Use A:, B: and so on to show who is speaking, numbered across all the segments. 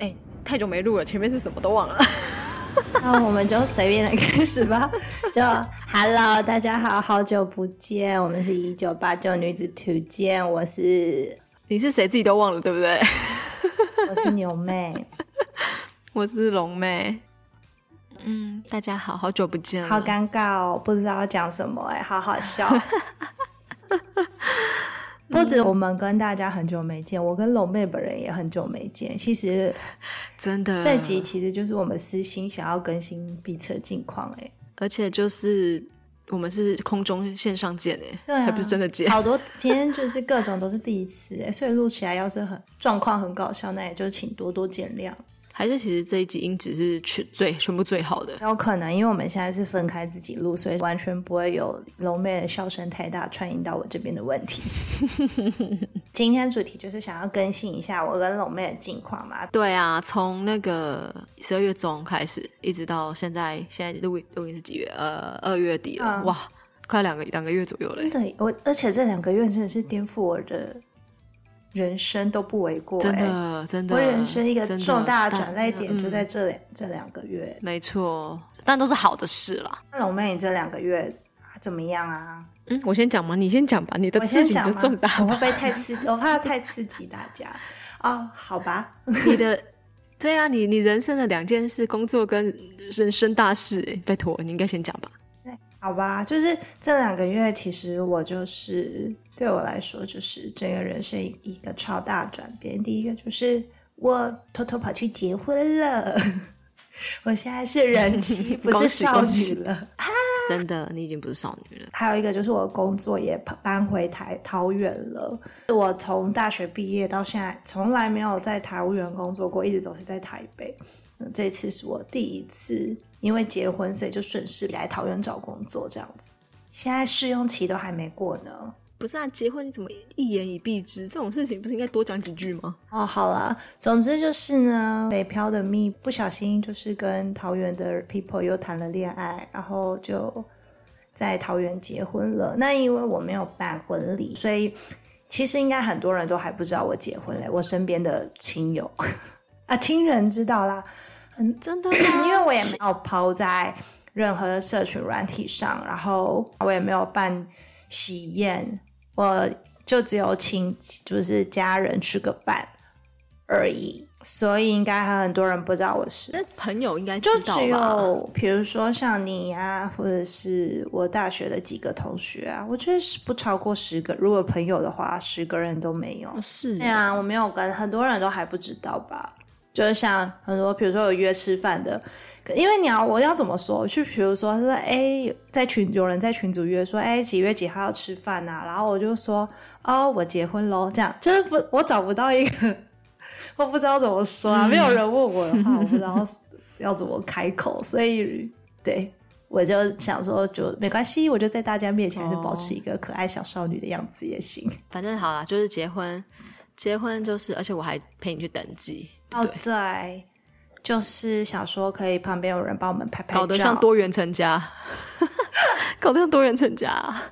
A: 哎，太久没录了，前面是什么都忘了。
B: 那我们就随便来开始吧。就 Hello，大家好，好久不见，我们是一九八九女子图鉴，我是
A: 你是谁自己都忘了，对不 对？
B: 我是牛妹，
A: 我是龙妹。嗯，大家好，好久不见了。
B: 好尴尬哦，不知道要讲什么哎、好好笑。不止我们跟大家很久没见，我跟龙妹本人也很久没见。其实
A: 真的。
B: 这集其实就是我们私心想要更新彼此的近况哎、
A: 而且就是我们是空中线上见诶，
B: 对啊
A: 还不是真的见。
B: 好多今天就是各种都是第一次、欸，所以录起来要是很状况很搞笑，那也就请多多见谅。
A: 还是其实这一集音质是全最全部最好的。
B: 有可能因为我们现在是分开自己录，所以完全不会有龙妹的笑声太大串引到我这边的问 题。今天主题就是想要更新一下我跟龙妹的近况嘛。
A: 对啊，从那个十二月中开始，一直到现在，现在录音录音是几月？呃，二月底
B: 嗯
A: 了，哇，快两个两个月左右欸嘞。
B: 对我，而且这两个月真的是颠覆我的人生都不为过、欸，
A: 真的，真的，
B: 我人生一个
A: 真的嗯
B: 重大的
A: 但
B: 转折点就在这两、这两个月。
A: 没错，但都是好的事啦。
B: 那龙妹，你这两个月怎么样啊？
A: 嗯，我先讲嘛，你先讲吧，你的
B: 我
A: 事
B: 先
A: 情
B: 讲
A: 的
B: 嘛
A: 重大，
B: 我 会不会太刺激？我怕太刺激大家。哦，好吧，
A: 你的对啊，你你人生的两件事，工作跟人生大事，哎拜托，你应该先讲吧。
B: 好吧，就是这两个月，其实我就是对我来说，就是整个人生一个超大转变。第一个就是我偷偷跑去结婚了， 我现在是 人妻，不是
A: 恭喜
B: 少
A: 恭
B: 女
A: 喜
B: 了。
A: 真的，你已经不是少女了。
B: 还有一个就是我的工作也搬回台桃园了。我从大学毕业到现在，从来没有在桃园工作过，一直都是在台北。嗯这次是我第一次因为结婚，所以就顺势来桃园找工作这样子。现在试用期都还没过呢。
A: 不是啊，结婚你怎么一言以蔽之？这种事情不是应该多讲几句吗？
B: 哦，好啦，总之就是呢，北漂的蜜不小心就是跟桃园的 people 又谈了恋爱，然后就在桃园结婚了。那因为我没有办婚礼，所以其实应该很多人都还不知道我结婚嘞，我身边的亲友 啊，亲人知道啦，
A: 真的
B: 因为我也没有抛在任何社群软体上，然后我也没有办喜宴，我就只有请就是家人吃个饭而已，所以应该还很多人不知道我是。
A: 朋友应该 知
B: 就
A: 道
B: 只
A: 吧？哦
B: 有比如说像你啊，或者是我大学的几个同学啊，我觉得是不超过十个。如果朋友的话，十个人都没有。
A: 是
B: 对啊，我没有跟很多人都还不知道吧。就是像很多，比如说有约吃饭的，可因为你要我要怎么说？去比如说是哎，在群有人在群组约说哎几月几号要吃饭呐、然后我就说哦我结婚喽，这样就是不我找不到一个， 我不知道怎么说啊，没有人问我的话，我不知道要怎么开口，所以对我就想说就没关系，我就在大家面前还是保持一个可爱小少女的样子也行。
A: 反正好啦，就是结婚，结婚就是，而且我还陪你去登记，对
B: 哦
A: 不对，
B: 对，就是想说可以旁边有人帮我们拍拍照。
A: 搞得像多元成家， 搞得像多元成家啊。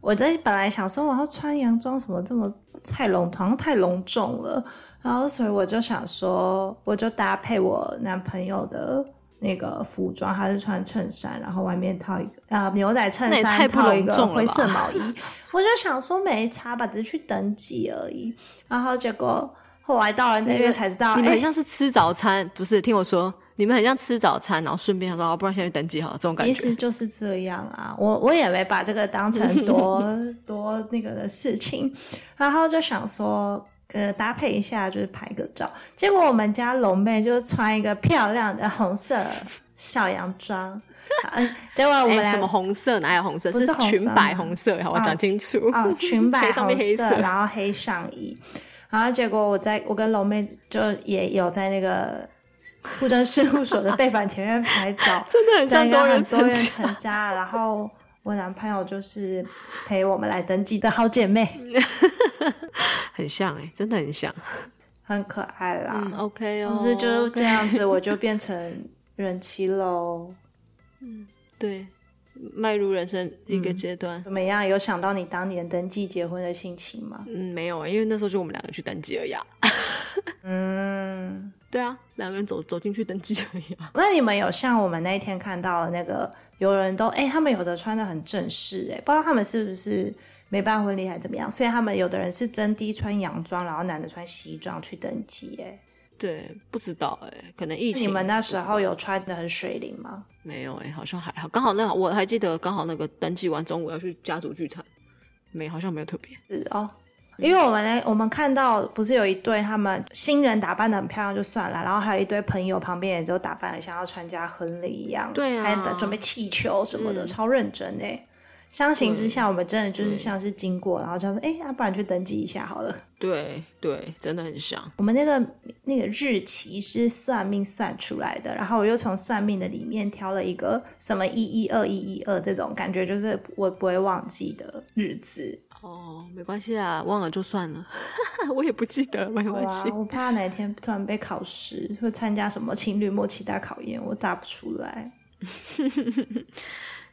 B: 我这本来想说我要穿洋装，什么这么太隆，好像太隆重了。然后所以我就想说，我就搭配我男朋友的那个服装，他是穿衬衫，然后外面套一个啊、呃牛仔衬
A: 那也太
B: 衫，
A: 不
B: 套一个
A: 隆重了吧
B: 灰色毛 衣。我就想说没差吧，只是去登记而已。然后结果后来到了那边才知道，
A: 你们
B: 哎
A: 很像是吃早餐，不是？听我说，你们很像吃早餐，然后顺便想说，哦，不然先去登记好了，这种感
B: 其
A: 觉
B: 实。就是这样啊，我我也没把这个 当成多多那个的事情，然后就想说，呃，搭配一下就是拍个照。结果我们家龙妹就穿一个漂亮的红色小洋装，啊结果我们
A: 哎，
B: 俩
A: 什么红色？哪有红色？
B: 不是红色
A: 裙摆红色，好，我
B: 啊
A: 讲清楚。
B: 哦，裙摆
A: 黑上面
B: 红
A: 黑色
B: 然后黑上衣，然后结果我在我跟龙妹就也有在那个户政事务所的 背板前面拍照，
A: 真 的很像
B: 真的
A: 多人
B: 很多人
A: 成 家
B: 成家，然后我男朋友就是陪我们来登记的好姐妹，
A: 很像哎、真的很像。
B: 很可爱啦。
A: 嗯，OK 哦，
B: 总之就是这
A: OK
B: 样子，我就变成人妻喽。
A: 对，迈入人生一个阶段。
B: 怎么样？有想到你当年登记结婚的心情吗？
A: 嗯嗯，没有啊，因为那时候就我们两个去登记而已、啊。
B: 嗯，
A: 对啊，两个人走走进去登记而已啊。
B: 那你们有像我们那一天看到的那个有人都哎、他们有的穿的很正式哎、不知道他们是不是没办婚礼还是怎么样，所以他们有的人是真的穿洋装，然后男的穿西装去登记哎、
A: 对，不知道哎、可能疫
B: 那
A: 情
B: 你们那时候有穿的很水灵吗？
A: 没有哎、好像还好。刚好那我还记得，刚好那个登记完中午要去家族聚餐，没好像没有特别。
B: 是哦。因为我们呢，我们看到不是有一对他们新人打扮的很漂亮就算了，然后还有一堆朋友旁边也都打扮得像要参加婚礼一样，
A: 对啊
B: 还得准备气球什么的，超认真哎。相形之下，我们真的就是像是经过，然后就说，哎，要、不然去登记一下好了。
A: 对对，真的很像。
B: 我们那个那个日期是算命算出来的，然后我又从算命的里面挑了一个什么一一二一一二这种感觉，就是我不会忘记的日子。
A: 哦，没关系啊，忘了就算了， 我也不记得，没
B: 好
A: 关
B: 啊
A: 系，。
B: 我怕哪天突然被考试，会参加什么情侣默契大考验，我答不出来。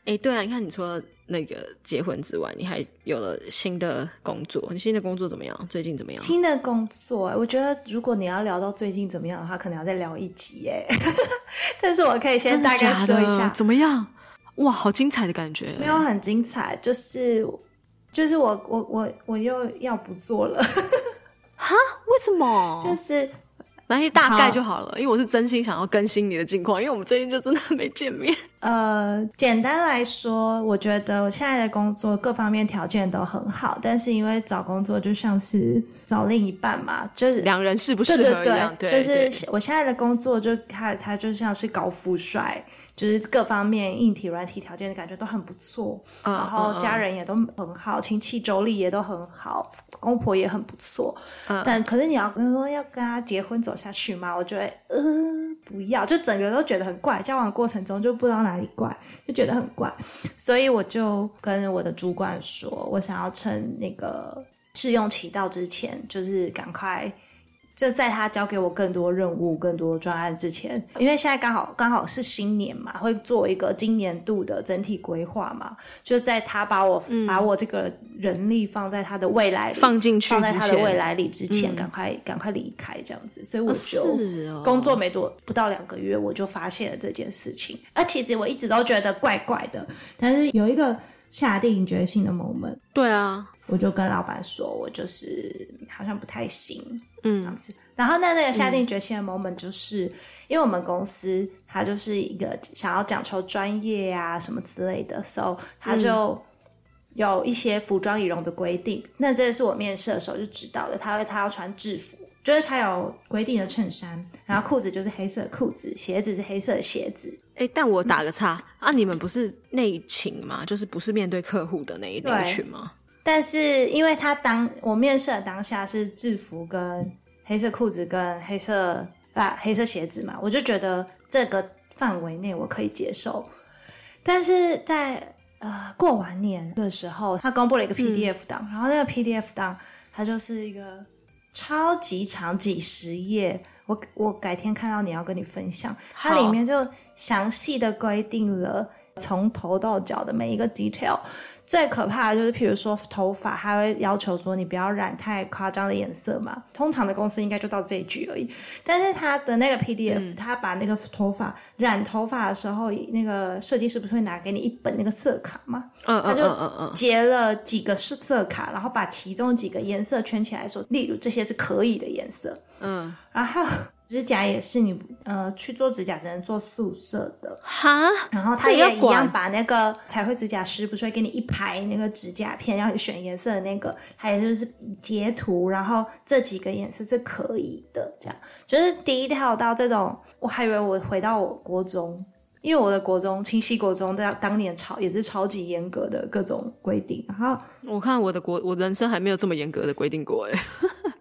A: 哎、对啊，你看，你除了那个结婚之外，你还有了新的工作，你新的工作怎么样？最近怎么样？
B: 新的工作、欸我觉得如果你要聊到最近怎么样的话，可能要再聊一集哎。 但是我可以先
A: 真的
B: 大概
A: 假
B: 说
A: 的
B: 一下，
A: 怎么样？哇，好精彩的感觉！
B: 没有很精彩，就是就是我我我我又要不做了，
A: 为什么？
B: 就是
A: 反正大概
B: 好
A: 就好了，因为我是真心想要更新你的近况，因为我们最近就真的没见面。
B: 呃，简单来说，我觉得我现在的工作各方面条件都很好，但是因为找工作就像是找另一半嘛，就是
A: 两人适不适
B: 对
A: 合
B: 对
A: 一样，对，
B: 就
A: 对
B: 是我现在的工作就它它就像是高富帅，就是各方面硬体、软体条件感觉都很不错，
A: 嗯
B: 然后家人也都很好，亲戚妯娌也都很好，公婆也很不错。
A: 嗯
B: 但可是你要跟说要跟他结婚走下去吗？我觉得呃不要，就整个都觉得很怪，交往过程中就不知道哪里怪，就觉得很怪，所以我就跟我的主管说，我想要趁那个试用期到之前，就是赶快。就在他交给我更多任务、更多专案之前，因为现在刚好刚好是新年嘛，会做一个今年度的整体规划嘛。就在他把我、把我这个人力放在他的未来里，
A: 嗯放进去
B: 放在他
A: 之
B: 的
A: 前嗯哦
B: 未来里之前，赶快赶快离开这样子。所以我就、
A: 是哦，
B: 工作没多不到两个月，我就发现了这件事情。而其实我一直都觉得怪怪的，但是有一个下定决心的 moment，
A: 对啊，
B: 我就跟老板说，我就是好像不太行，这
A: 嗯
B: 样子。然后那那个下定决心的 moment 就是、因为我们公司它就是一个想要讲求专业啊什么之类的，所以它就有一些服装仪容的规定。那这是我面试的时候就知道的，他会他要穿制服。就是他有规定的衬衫，然后裤子就是黑色的裤子，鞋子是黑色的鞋子，
A: 哎、但我打个岔啊，你们不是内勤吗？就是不是面对客户的那一
B: 对
A: 那一群吗？
B: 但是因为他当我面试的当下是制服跟黑色裤子跟黑色啊黑色鞋子嘛，我就觉得这个范围内我可以接受。但是在呃过完年的时候，他公布了一个 PDF 档，然后那个 PDF 档它就是一个超级长几十页，我我改天看到你要跟你分享，它
A: 好
B: 里面就详细的规定了从头到脚的每一个 detail。最可怕的就是，譬如说头发，它会要求说你不要染太夸张的颜色嘛。通常的公司应该就到这一句而已。但是他的那个 PDF，他、把那个头发染头发的时候，那个设计师不是会拿给你一本那个色卡吗？
A: 嗯
B: 他
A: 嗯
B: 就
A: 嗯嗯嗯，
B: 截了几个是色卡，然后把其中几个颜色圈起来说，例如这些是可以的颜色。
A: 嗯，
B: 然后还有指甲也是你呃去做指甲只能做素色的，
A: 哈，
B: 然后他
A: 这也要
B: 也一样
A: 管
B: 把那个彩绘指甲师不是会给你一排那个指甲片，让你选颜色的那个，还有就是截图，然后这几个颜色是可以的，这样就是低调到这种，我还以为我回到我国中。因为我的国中，清溪国中，在当年超也是超级严格的各种规定，然后
A: 我看我的国，我人生还没有这么严格的规定过哎。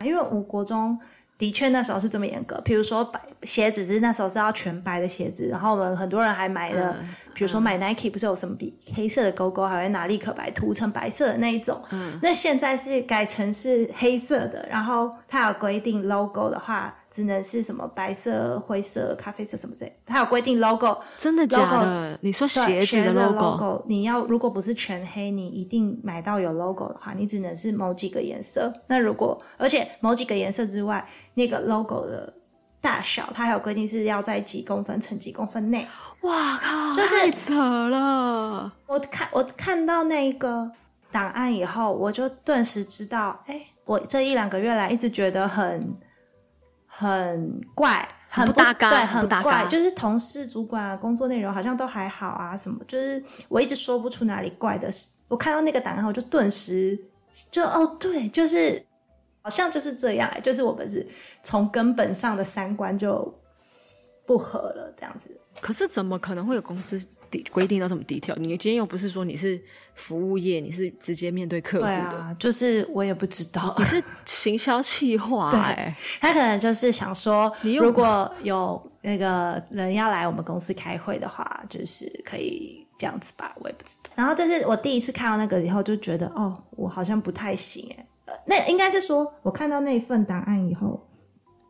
B: 因为我国中的确那时候是这么严格，比如说白鞋子是那时候是要全白的鞋子，然后我们很多人还买了，比如说买 Nike 不是有什么笔黑色的勾勾，还会拿立可白涂成白色的那一种，那现在是改成是黑色的，然后它有规定 logo 的话。只能是什么白色、灰色、咖啡色什么之类，它有规定 logo，
A: 真的假的？你说
B: 对
A: 鞋子的 logo，
B: logo，你要如果不是全黑，你一定买到有 logo 的话，你只能是某几个颜色。那如果而且某几个颜色之外，那个 logo 的大小，它还有规定是要在几公分乘几公分内。
A: 哇靠，
B: 就是
A: 太扯了。
B: 我看我看到那一个档案以后，我就顿时知道，哎、我这一两个月来一直觉得很很怪，很
A: 很不搭嘎
B: 对，
A: 很不
B: 很
A: 搭嘎
B: 怪，就是同事、主管啊，工作内容好像都还好啊，什么，就是我一直说不出哪里怪的事。我看到那个档案，我就顿时就哦，对，就是好像就是这样、哎就是我们是从根本上的三观就不合了，这样子。
A: 可是怎么可能会有公司底规定到这么低调？你今天又不是说你是服务业，你是直接面对客户
B: 对
A: 的，
B: 啊，就是我也不知道，
A: 你是行销企划、
B: 对
A: 哎，
B: 他可能就是想说，
A: 你用
B: 如果有那个人要来我们公司开会的话，就是可以这样子吧，我也不知道。然后这是我第一次看到那个以后，就觉得哦，我好像不太行哎、呃那应该是说我看到那份档案以后，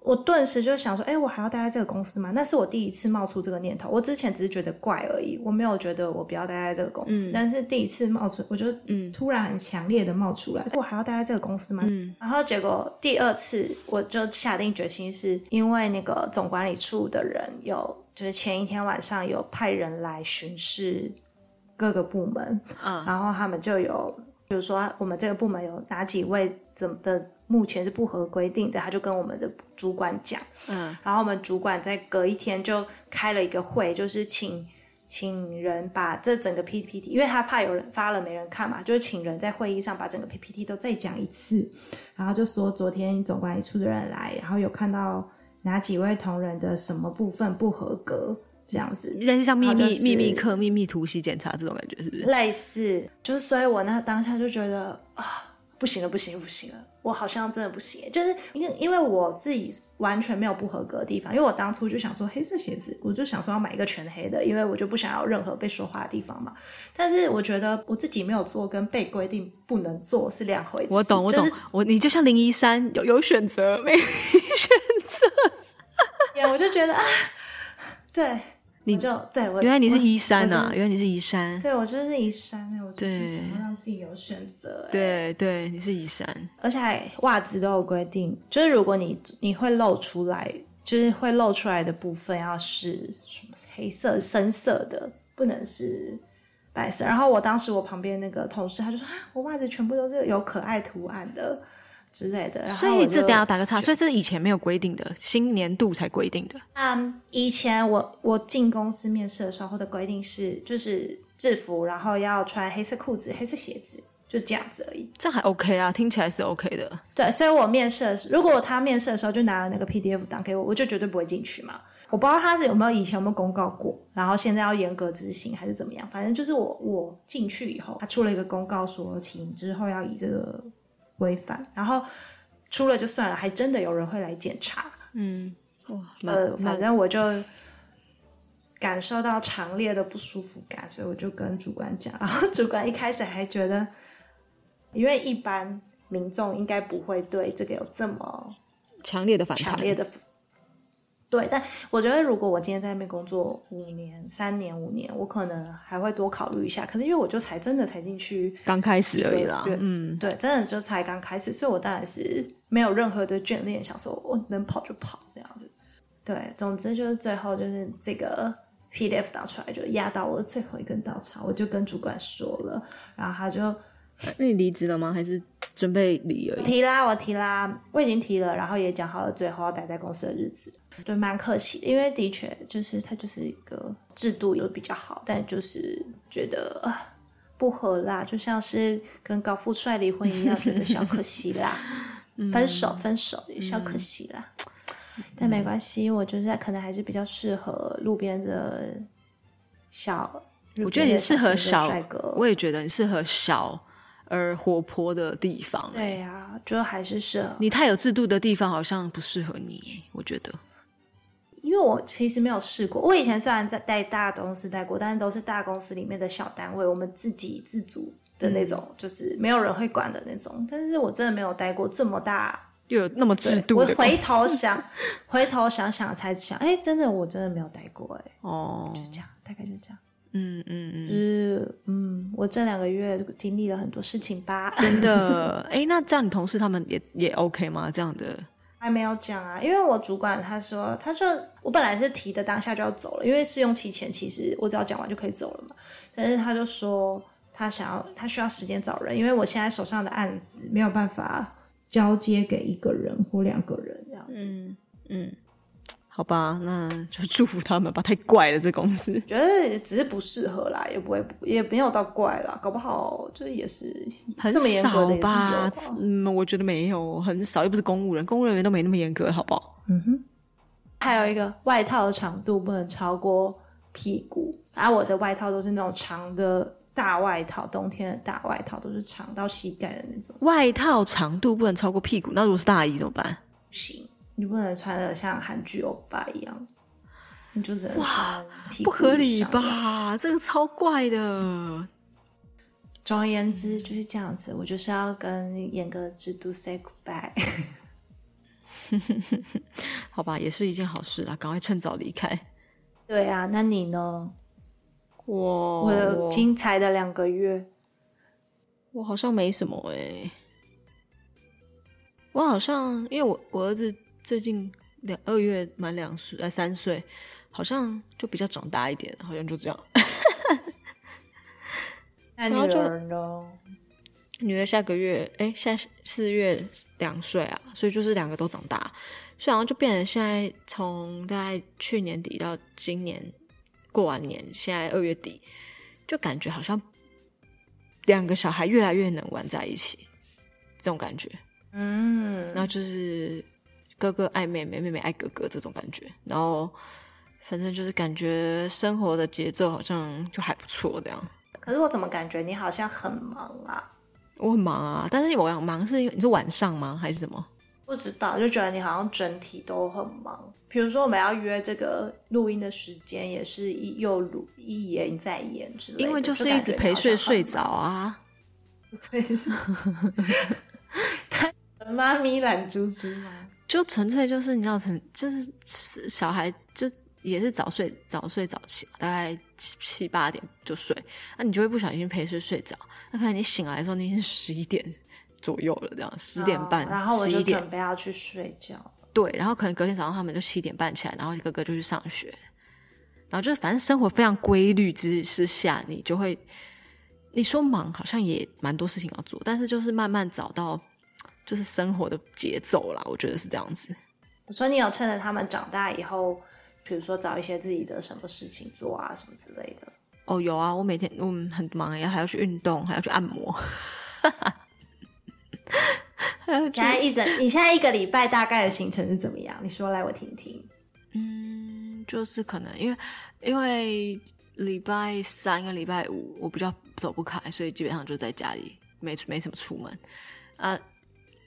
B: 我顿时就想说，哎、我还要待在这个公司吗？那是我第一次冒出这个念头。我之前只是觉得怪而已，我没有觉得我不要待在这个公
A: 嗯
B: 司。但是第一次冒出，我就突然很强烈的冒出来，我还要待在这个公司吗？然后结果第二次我就下定决心，是因为那个总管理处的人有，就是前一天晚上有派人来巡视各个部门，
A: 嗯
B: 然后他们就有，比如说我们这个部门有哪几位怎么的，目前是不合规定的，他就跟我们的主管讲，
A: 嗯，
B: 然后我们主管在隔一天就开了一个会，就是请请人把这整个 PPT，因为他怕有人发了没人看嘛，就是请人在会议上把整个 PPT 都再讲一次，然后就说昨天总管理处的人来，然后有看到哪几位同仁的什么部分不合格，这样子。
A: 类似像秘密、
B: 好像是
A: 秘密课、秘密突袭检查这种感觉，是不是？
B: 类似，就是所以我那当下就觉得啊，不行了，不行了，不行了，我好像真的不行，就是因为因为我自己完全没有不合格的地方，因为我当初就想说黑色鞋子，我就想说要买一个全黑的，因为我就不想要任何被说话的地方嘛。但是我觉得我自己没有做跟被规定不能做是两回事，
A: 我懂，我懂，
B: 就是
A: 我你就像零一三，有有选 择没？
B: 点我就觉得啊，对，你就对我
A: 原来你是
B: 我
A: 一三
B: 我
A: 啊，
B: 就是
A: 原来你是一三，
B: 对我就是一山哎，我就是
A: 对
B: 想要让自己有选择、哎。
A: 对对，你是一三，
B: 而且还袜子都有规定，就是如果你你会露出来，就是会露出来的部分要是什么黑色、深色的，不能是白色。然后我当时我旁边那个同事他就说啊，我袜子全部都是有可爱图案的之类的。然后
A: 所以
B: 我
A: 这
B: 就
A: 等下打个岔，所以这是以前没有规定的，新年度才规定的。
B: 嗯，以前我我进公司面试的时候的规定是，就是制服，然后要穿黑色裤子、黑色鞋子，就这样子而已。
A: 这样还 OK 啊，听起来是 OK 的。
B: 对，所以我面试的时，如果他面试的时候就拿了那个 PDF 档给我，我就绝对不会进去嘛。我不知道他是有没有以前有没有公告过，然后现在要严格执行还是怎么样。反正就是我我进去以后，他出了一个公告说，请之后要以这个规范。然后出了就算了，还真的有人会来检查。
A: 嗯，哇，蛮
B: 呃，反
A: 蛮
B: 正我就感受到强烈的不舒服感，所以我就跟主管讲，然后主管一开始还觉得，因为一般民众应该不会对这个有这么
A: 强烈的反
B: 强
A: 弹。
B: 烈的。对，但我觉得如果我今天在那边工作五年、三年、五年，我可能还会多考虑一下。可是因为我就才真的才进去
A: 刚开始而已啦，
B: 对
A: 嗯，
B: 对，真的就才刚开始，所以我当然是没有任何的眷恋，想说我能跑就跑这样子。对，总之就是最后就是这个 PDF 打出来就压到我的最后一根稻草，我就跟主管说了，然后他就
A: 那你离职了吗？还是准备离而已？
B: 提啦，我提啦，我已经提了，然后也讲好了最后要待在公司的日子，对，蛮可惜的，因为的确就是它就是一个制度有比较好，但就是觉得啊不合啦，就像是跟高富帅离婚一样，觉得小可惜啦， 嗯分手分手小可惜啦，但没关系，我就是可能还是比较适合路边的小。
A: 我觉得你适合小
B: 帅哥，，
A: 我也觉得你适合小而活泼的地方。
B: 对呀、就还是适合
A: 你太有制度的地方好像不适合你，我觉得。
B: 因为我其实没有试过，我以前虽然在在大公司待过，但是都是大公司里面的小单位，我们自给自足的
A: 嗯
B: 那种，就是没有人会管的那种。但是我真的没有待过这么大，
A: 又有那么制度
B: 我
A: 的
B: 回头想，回头想想才想，哎、真的我真的没有待过、哎，
A: 哦，
B: 就这样，大概就这样。
A: 嗯嗯
B: 就
A: 嗯，
B: 是嗯，我这两个月经历了很多事情吧，
A: 真的。哎，那这样你同事他们也也 OK 吗？这样的
B: 他还没有讲啊，因为我主管他说，他就我本来是提的当下就要走了，因为试用期前其实我只要讲完就可以走了嘛。但是他就说他想要他需要时间找人，因为我现在手上的案子没有办法交接给一个人或两个人这样子。
A: 嗯嗯，好吧，那就祝福他们吧，太怪了这公司。
B: 觉得只是不适合啦，也不会也没有到怪啦，搞不好就是也是
A: 很
B: 这么严格的
A: 少
B: 也是有
A: 吧
B: 啊。？
A: 嗯，我觉得没有，很少，又不是公务人，公务人员都没那么严格，好不好？
B: 嗯哼，还有一个外套的长度不能超过屁股，然后我的外套都是那种长的大外套，冬天的大外套都是长到膝盖的那种，
A: 外套长度不能超过屁股，那如果是大衣怎么办？
B: 不行，你不能穿的像韩剧欧巴一样，你就只能穿屁股
A: 不合理
B: 以上的？
A: 吧？这个超怪的。
B: 总而言之就是这样子，我就是要跟严格制度 say goodbye。
A: 好吧，也是一件好事啊，赶快趁早离开。
B: 对啊，那你呢？
A: 我
B: 我的精彩的两个月。
A: 我好像没什么哎、我好像因为我我儿子最近两二月满两岁呃三岁，好像就比较长大一点，好像就这样。
B: 那
A: 然后
B: 女
A: 就
B: 儿呢？
A: 女儿下个月哎下四月两岁啊，所以就是两个都长大，所以好像就变成现在从大概去年底到今年过完年，现在二月底，就感觉好像两个小孩越来越能玩在一起，这种感觉。
B: 嗯，
A: 然后就是哥哥爱妹妹，妹妹爱哥哥这种感觉。然后反正就是感觉生活的节奏好像就还不错这样。
B: 可是我怎么感觉你好像很忙啊？
A: 我很忙啊，但是我想忙是因为你是晚上吗？还是什么？
B: 不知道，就觉得你好像整体都很忙。比如说我们要约这个录音的时间，也是一又录一延再延之类的，
A: 因为
B: 就是
A: 一直陪睡睡着啊。
B: 感觉你好 像很忙。所以是妈咪懒猪猪吗？
A: 就纯粹就是你知道，成就是小孩就也是早睡早睡早起嘛，大概七七八点就睡，那、你就会不小心陪睡睡着。那可能你醒来的时候，你已经十一点左右了，这样十点半、
B: 嗯啊然后我
A: 11
B: 就
A: 点
B: 准备要去睡觉了。
A: 对，然后可能隔天早上他们就七点半起来，然后哥哥就去上学，然后就是反正生活非常规律之之下，你就会，你说忙好像也蛮多事情要做，但是就是慢慢找到就是生活的节奏啦，我觉得是这样子。
B: 我说你有趁着他们长大以后，比如说找一些自己的什么事情做啊，什么之类的。
A: 哦，有啊，我每天我们很忙，然后还要去运动，还要去按摩，
B: 现在一整，你现在一个礼拜大概的行程是怎么样？你说来我听听。
A: 嗯，就是可能因为因为礼拜三跟礼拜五我比较走不开，所以基本上就在家里，没没什么出门啊。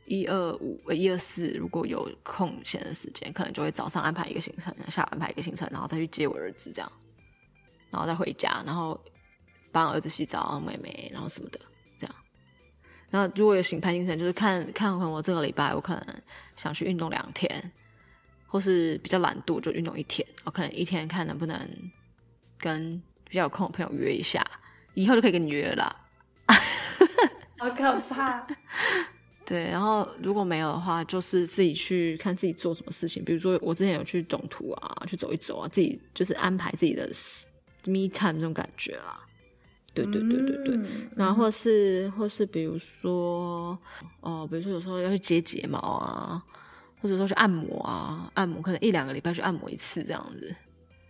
A: 一二五呃一二四，如果有空闲的时间，可能就会早上安排一个行程，下午安排一个行程，然后再去接我儿子这样，然后再回家，然后帮儿子洗澡、妹妹，然后什么的这样。然后如果有醒盘行程，就是看看可能我这个礼拜我可能想去运动两天，或是比较懒惰就运动一天，我可能一天看能不能跟比较有空的朋友约一下，以后就可以跟你约了啦。
B: 好可怕！
A: 对，然后如果没有的话，就是自己去看自己做什么事情，比如说我之前有去总图啊，去走一走啊，自己就是安排自己的 me time 这种感觉啦。对对对对对。
B: 嗯
A: 然后或是或是比如说，哦，比如说有时候要去接睫毛啊，或者说去按摩啊，按摩可能一两个礼拜去按摩一次这样子。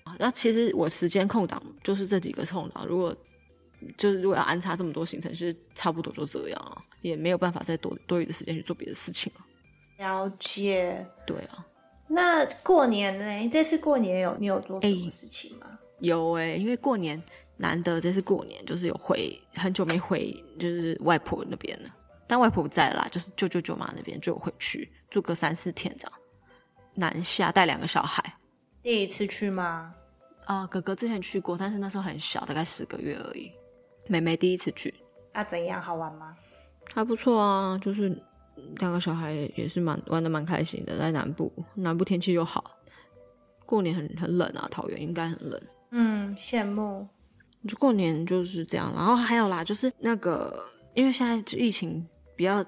A: 啊那其实我时间空档就是这几个空档，如果就是如果要安插这么多行程，其实差不多就这样了，也没有办法再多多余的时间去做别的事情了。
B: 了解。
A: 对啊，
B: 那过年呢？这次过年有你有做什么事情吗？
A: 有诶、因为过年难得这次过年就是有回很久没回，就是外婆那边了，但外婆不在啦，就是舅舅舅妈那边就有回去住个三四天这样。南下带两个小孩，
B: 第一次去吗？
A: 啊、哥哥之前去过，但是那时候很小，大概十个月而已。妹妹第一次去，
B: 啊，怎样？好玩吗？
A: 还不错啊，就是嗯两个小孩也是蛮玩的蛮开心的，在南部，南部天气又好，过年很很冷啊，桃园应该很冷。
B: 嗯，羡慕。
A: 就过年就是这样，然后还有啦，就是那个，因为现在就疫情比较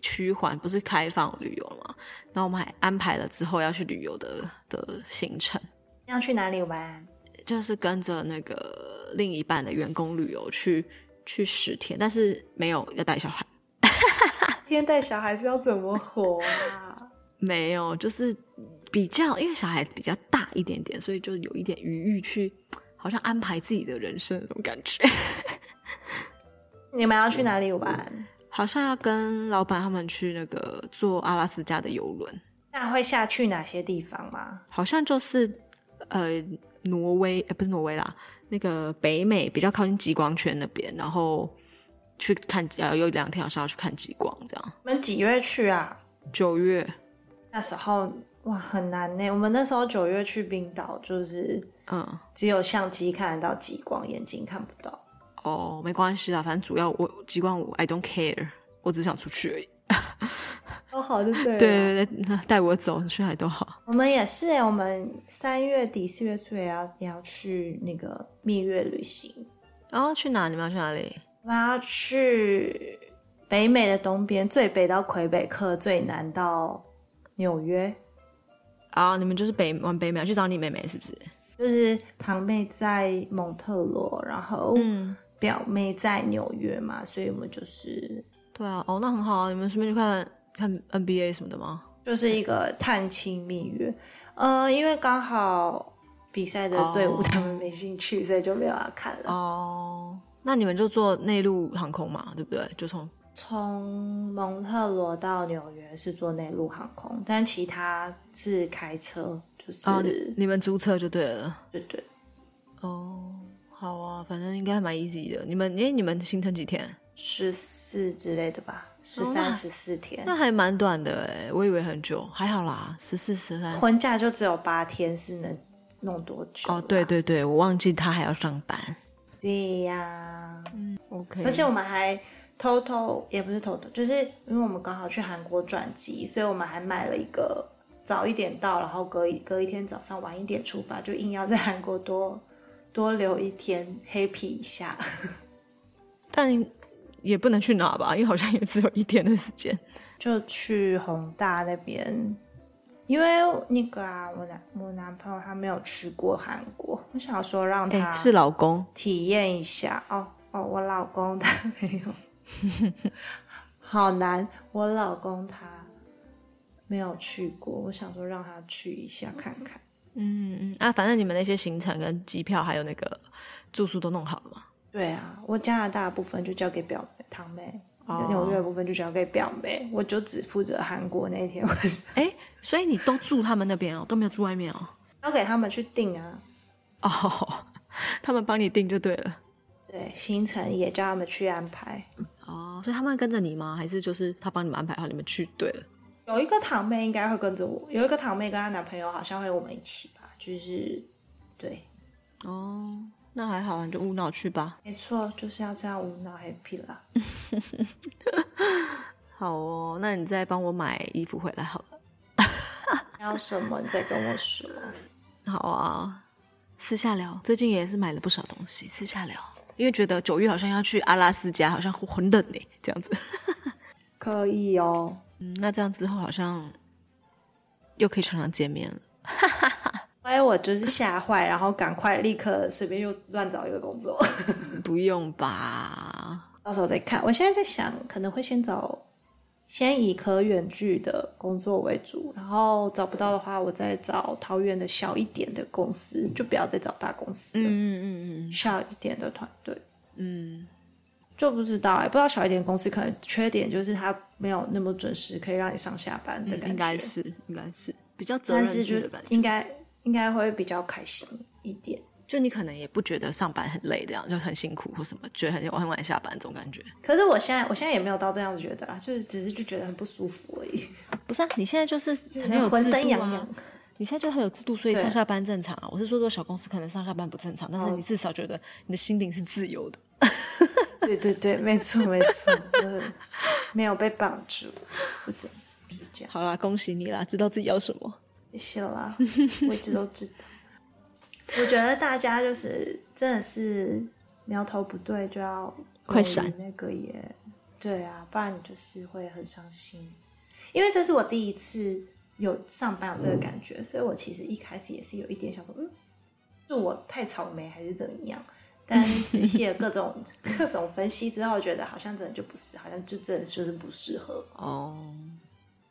A: 区环不是开放旅游了吗？然后我们还安排了之后要去旅游的的行程，
B: 要去哪里玩？
A: 就是跟着那个另一半的员工旅游去去十天，但是没有要带小孩，
B: 天带小孩子要怎么活 啊？
A: 没有，就是比较因为小孩子比较大一点点，所以就有一点余裕去好像安排自己的人生那种感觉。
B: 你们要去哪里玩？
A: 好像要跟老板他们去那个坐阿拉斯加的游轮，
B: 那会下去哪些地方吗？
A: 好像就是呃挪威，呃不是挪威啦，那个北美比较靠近极光圈那边，然后去看呃有两天好像要去看极光，这样
B: 你们几月去啊？
A: 九月
B: 那时候哇很难呢、我们那时候九月去冰岛，就是
A: 嗯。
B: 只有相机看得到极光，眼睛看不 到。
A: 哦，没关系啦，反正主要我极光我 I don't care，我只想出去而已。
B: 哦，好就对了。
A: 对对啊对，带我走去哪里都好。
B: 我们也是哎、我们三月底四月初也要也要去那个蜜月旅行，
A: 然后去哪？你们要去哪里？
B: 我们要去北美的东边，最北到魁北克，最南到纽约，
A: 啊，你们就是北往北美去找你妹妹是不是？
B: 就是堂妹在蒙特罗，然后
A: 嗯，
B: 表妹在纽约嘛，所以我们就是
A: 对啊，哦，那很好啊，你们顺便去看看 NBA 什么的吗？
B: 就是一个探亲蜜月。呃，因为刚好比赛的队伍
A: 哦
B: 他们没兴趣，所以就没有要看了。
A: 哦，那你们就坐内陆航空嘛，对不对？就从
B: 从蒙特罗到纽约是坐内陆航空，但其他是开车，就是、
A: 啊、你你们租车就对了。
B: 对对，
A: 哦，好啊，反正应该还蛮 easy 的。你们诶，你们行程几天？
B: 十四之类的吧，十
A: 哦那
B: 三十四天
A: 那，还蛮短的诶，我以为很久，还好啦，十四十三。
B: 婚假就只有八天，是能弄多久啊啦？
A: 哦，对对对，我忘记他还要上班。
B: 对呀、
A: OK，
B: 而且我们还偷偷，也不是偷偷，就是因为我们刚好去韩国转机，所以我们还买了一个早一点到，然后隔一隔一天早上晚一点出发，就硬要在韩国多多留一天黑皮一下。
A: 但也不能去哪吧，因为好像也只有一天的时间。
B: 就去宏大那边，因为那个啊，我男我男朋友他没有去过韩国，我想说让
A: 哎、
B: 他
A: 是老公
B: 体验一下。哦哦，我老公他没有， 好难，我老公他没有去过，我想说让他去一下看看。
A: 嗯嗯啊，反正你们那些行程跟机票还有那个住宿都弄好了嘛。
B: 对啊，我加拿大的部分就交给表妹堂妹。
A: 哦
B: 纽约的部分就交给表妹，我就只负责韩国那一天， 我是
A: 哎、所以你都住他们那边哦，都没有住外面哦。
B: 要给他们去订啊。
A: 哦， 他们帮你订就对了。
B: 对，行程也叫他们去安排。
A: 哦，所以他们跟着你吗？还是就是他帮你们安排好，你们去对了？
B: 有一个堂妹应该会跟着我，有一个堂妹跟她男朋友好像会我们一起吧，就是对，
A: 哦，那还好啊，你就无脑去吧。
B: 没错，就是要这样无脑 happy 啦。
A: 好哦，那你再帮我买衣服回来好了。
B: 要什么你再跟我说。
A: 好啊，私下聊。最近也是买了不少东西，私下聊。因为觉得九月好像要去阿拉斯加，好像很冷呢，这样子。
B: 可以哦，
A: 嗯， 那这样之后好像又可以常常见面了。
B: 所以我就是吓坏，然后赶快立刻随便又乱找一个工作，
A: 不用吧？
B: 到时候再看。我现在在想，可能会先找。先以可远距的工作为主，然后找不到的话，我再找桃园的小一点的公司，就不要再找大公司了。
A: 嗯嗯嗯
B: 小一点的团队，
A: 嗯
B: 就不知道哎、不知道小一点公司可能缺点就是它没有那么准时，可以让你上下班的
A: 嗯，
B: 感觉，
A: 应该是应该是比较责任
B: 但是
A: 制
B: 就
A: 的感觉。
B: 应该应该会比较开心一点。
A: 就你可能也不觉得上班很累，这样就很辛苦或什么，觉得很很晚下班这种感觉。
B: 可是我现在我现在也没有到这样子觉得啦，啊就是只是就觉得很不舒服而已，
A: 不是啊，你现在就是很有
B: 浑
A: 制
B: 身
A: 度
B: 痒
A: 啊
B: 痒。。
A: 你现在就很有制度，所以
B: 对
A: 上下班正常啊。我是说，说小公司可能上下班不正常，但是
B: 哦
A: 你至少觉得你的心灵是自由的。
B: 对对对，没错没错，嗯没有被绑住，不怎就是这样。
A: 好啦，恭喜你啦，知道自己要什么。
B: 谢谢 啦，我一直都知道。 我觉得大家就是真的是苗头不对就要
A: 快闪
B: 那个耶，对啊，不然你就是会很伤心。因为这是我第一次有上班有这个感觉，所以我其实一开始也是有一点想说，嗯，是我太草莓还是怎么样？但仔细的 各种各种分析之后，觉得好像真的就不是，好像就真的就是不适合。
A: 哦，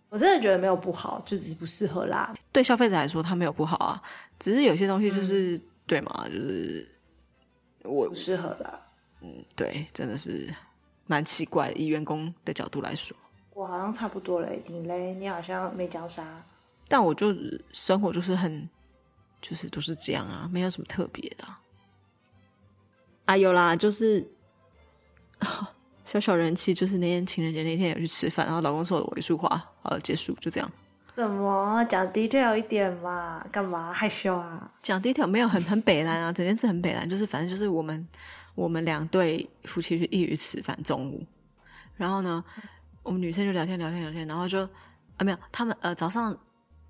B: 我真的觉得没有不好，就只是不适合啦。
A: 对消费者来说，它没有不好啊，只是有些东西就是、对嘛，就是我
B: 不适合啦。
A: 对，真的是蛮奇怪的。以员工的角度来说，
B: 我好像差不多了，你嘞？你好像没讲啥。
A: 但我就生活就是很，就是都是这样啊，没有什么特别的啊。啊有啦，就是、 小小人气，就是那天情人节那天有去吃饭，然后老公送了我一束花，呃，结束就这样。
B: 怎么讲 detail 一点嘛？干嘛害羞啊？
A: 讲第一条没有很很北蓝啊，整件事很北蓝，就是反正就是我们我们两对夫妻去一起吃饭中午，然后呢，我们女生就聊天聊天聊天，然后就啊没有，他们呃早上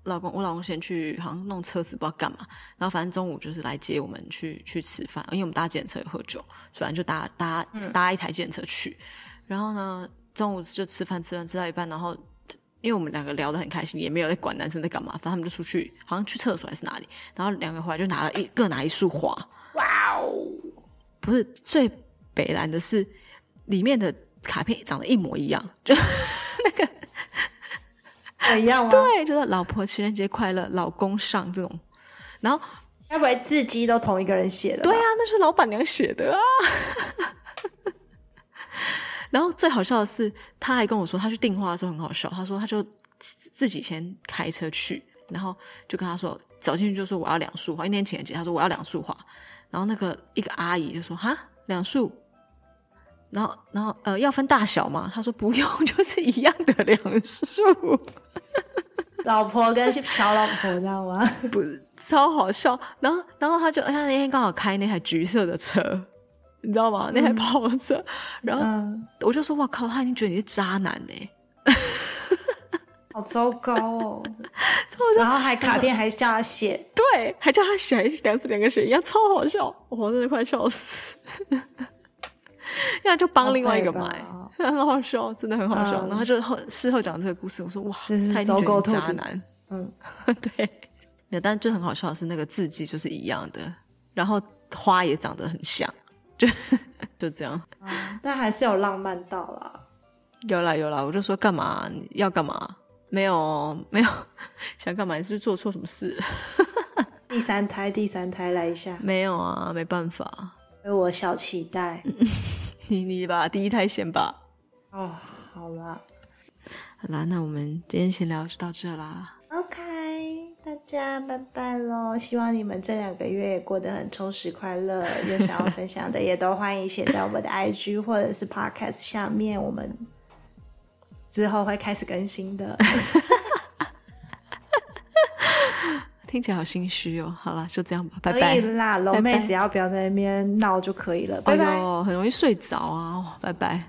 A: 老公我老公先去好像弄车子不知道干嘛，然后反正中午就是来接我们去去吃饭，因为我们搭检车也喝酒，所以反正就搭搭搭一台检车去，然后呢中午就吃饭吃饭吃到一半，然后。因为我们两个聊得很开心，也没有在管男生在干嘛，反正他们就出去，好像去厕所还是哪里，然后两个回来就拿了一各拿一束花。
B: 哇哦！
A: 不是最北蓝的是里面的卡片长得一模一样，就
B: 怎样 啊？
A: 对， 就是老婆情人节快乐，老公上这种。然后
B: 该不会字迹都同一个人写的吧？
A: 对啊，那是老板娘写的啊。 然后最好笑的是，他还跟我说，他去订花的时候很好笑，他说他就自自己先开车去，然后就跟他说走进去就说我要两束花，因为那天情人节，他说我要两束花，然后那个一个阿姨就说哈两束。然后，然后，呃，要分大小吗？他说不用，就是一样的两束，
B: 老婆跟小老婆，知道吗？
A: 超好笑。然后，然后他就，他哎那天刚好开那台橘色的车，你知道吗？那台跑车。然后
B: 嗯，
A: 我就说哇靠，他已经觉得你是渣男欸呢、
B: 好糟 糕哦。然后还卡片还叫他写，
A: 对，还叫他写还两次两个写一样，超好笑，我真的快笑死。 要就 帮另外一个
B: 好
A: 买
B: 哦对吧，
A: 很好笑，真的很好笑。
B: 嗯
A: 然后就后事后讲这个故事，我说哇，
B: 真是
A: 他已经
B: 糟
A: 觉得
B: 糕
A: 你
B: 透
A: 渣
B: 顶
A: 男，
B: 嗯，
A: 对。没有，但最很好笑的是那个字迹就是一样的，然后花也长得很像，就就这样。
B: 但还是有浪漫到啦。
A: 有啦有啦，我就说干嘛你要干嘛？没有没有，想干嘛？你是不是做错什么事？
B: 第三胎，第三胎来一下，
A: 没有啊，没办法，
B: 为我小期待。
A: 你你吧，第一胎先吧。
B: 哦，好了
A: 好啦，那我们今天闲聊就到这啦。
B: ，OK，大家拜拜喽！希望你们这两个月也过得很充实 快乐。有想要分享的，也都欢迎写在我们的 IG 或者是 Podcast 下面，我们之后会开始更新 的。
A: 听起来好心虚哦。好啦，就这样吧，拜
B: 可
A: 拜
B: 以。啦，龙
A: 拜
B: 妹
A: 拜
B: 只要不要在那边闹就可以了，拜
A: 哎
B: 拜。
A: 呦，很容易睡着啊，哦拜拜。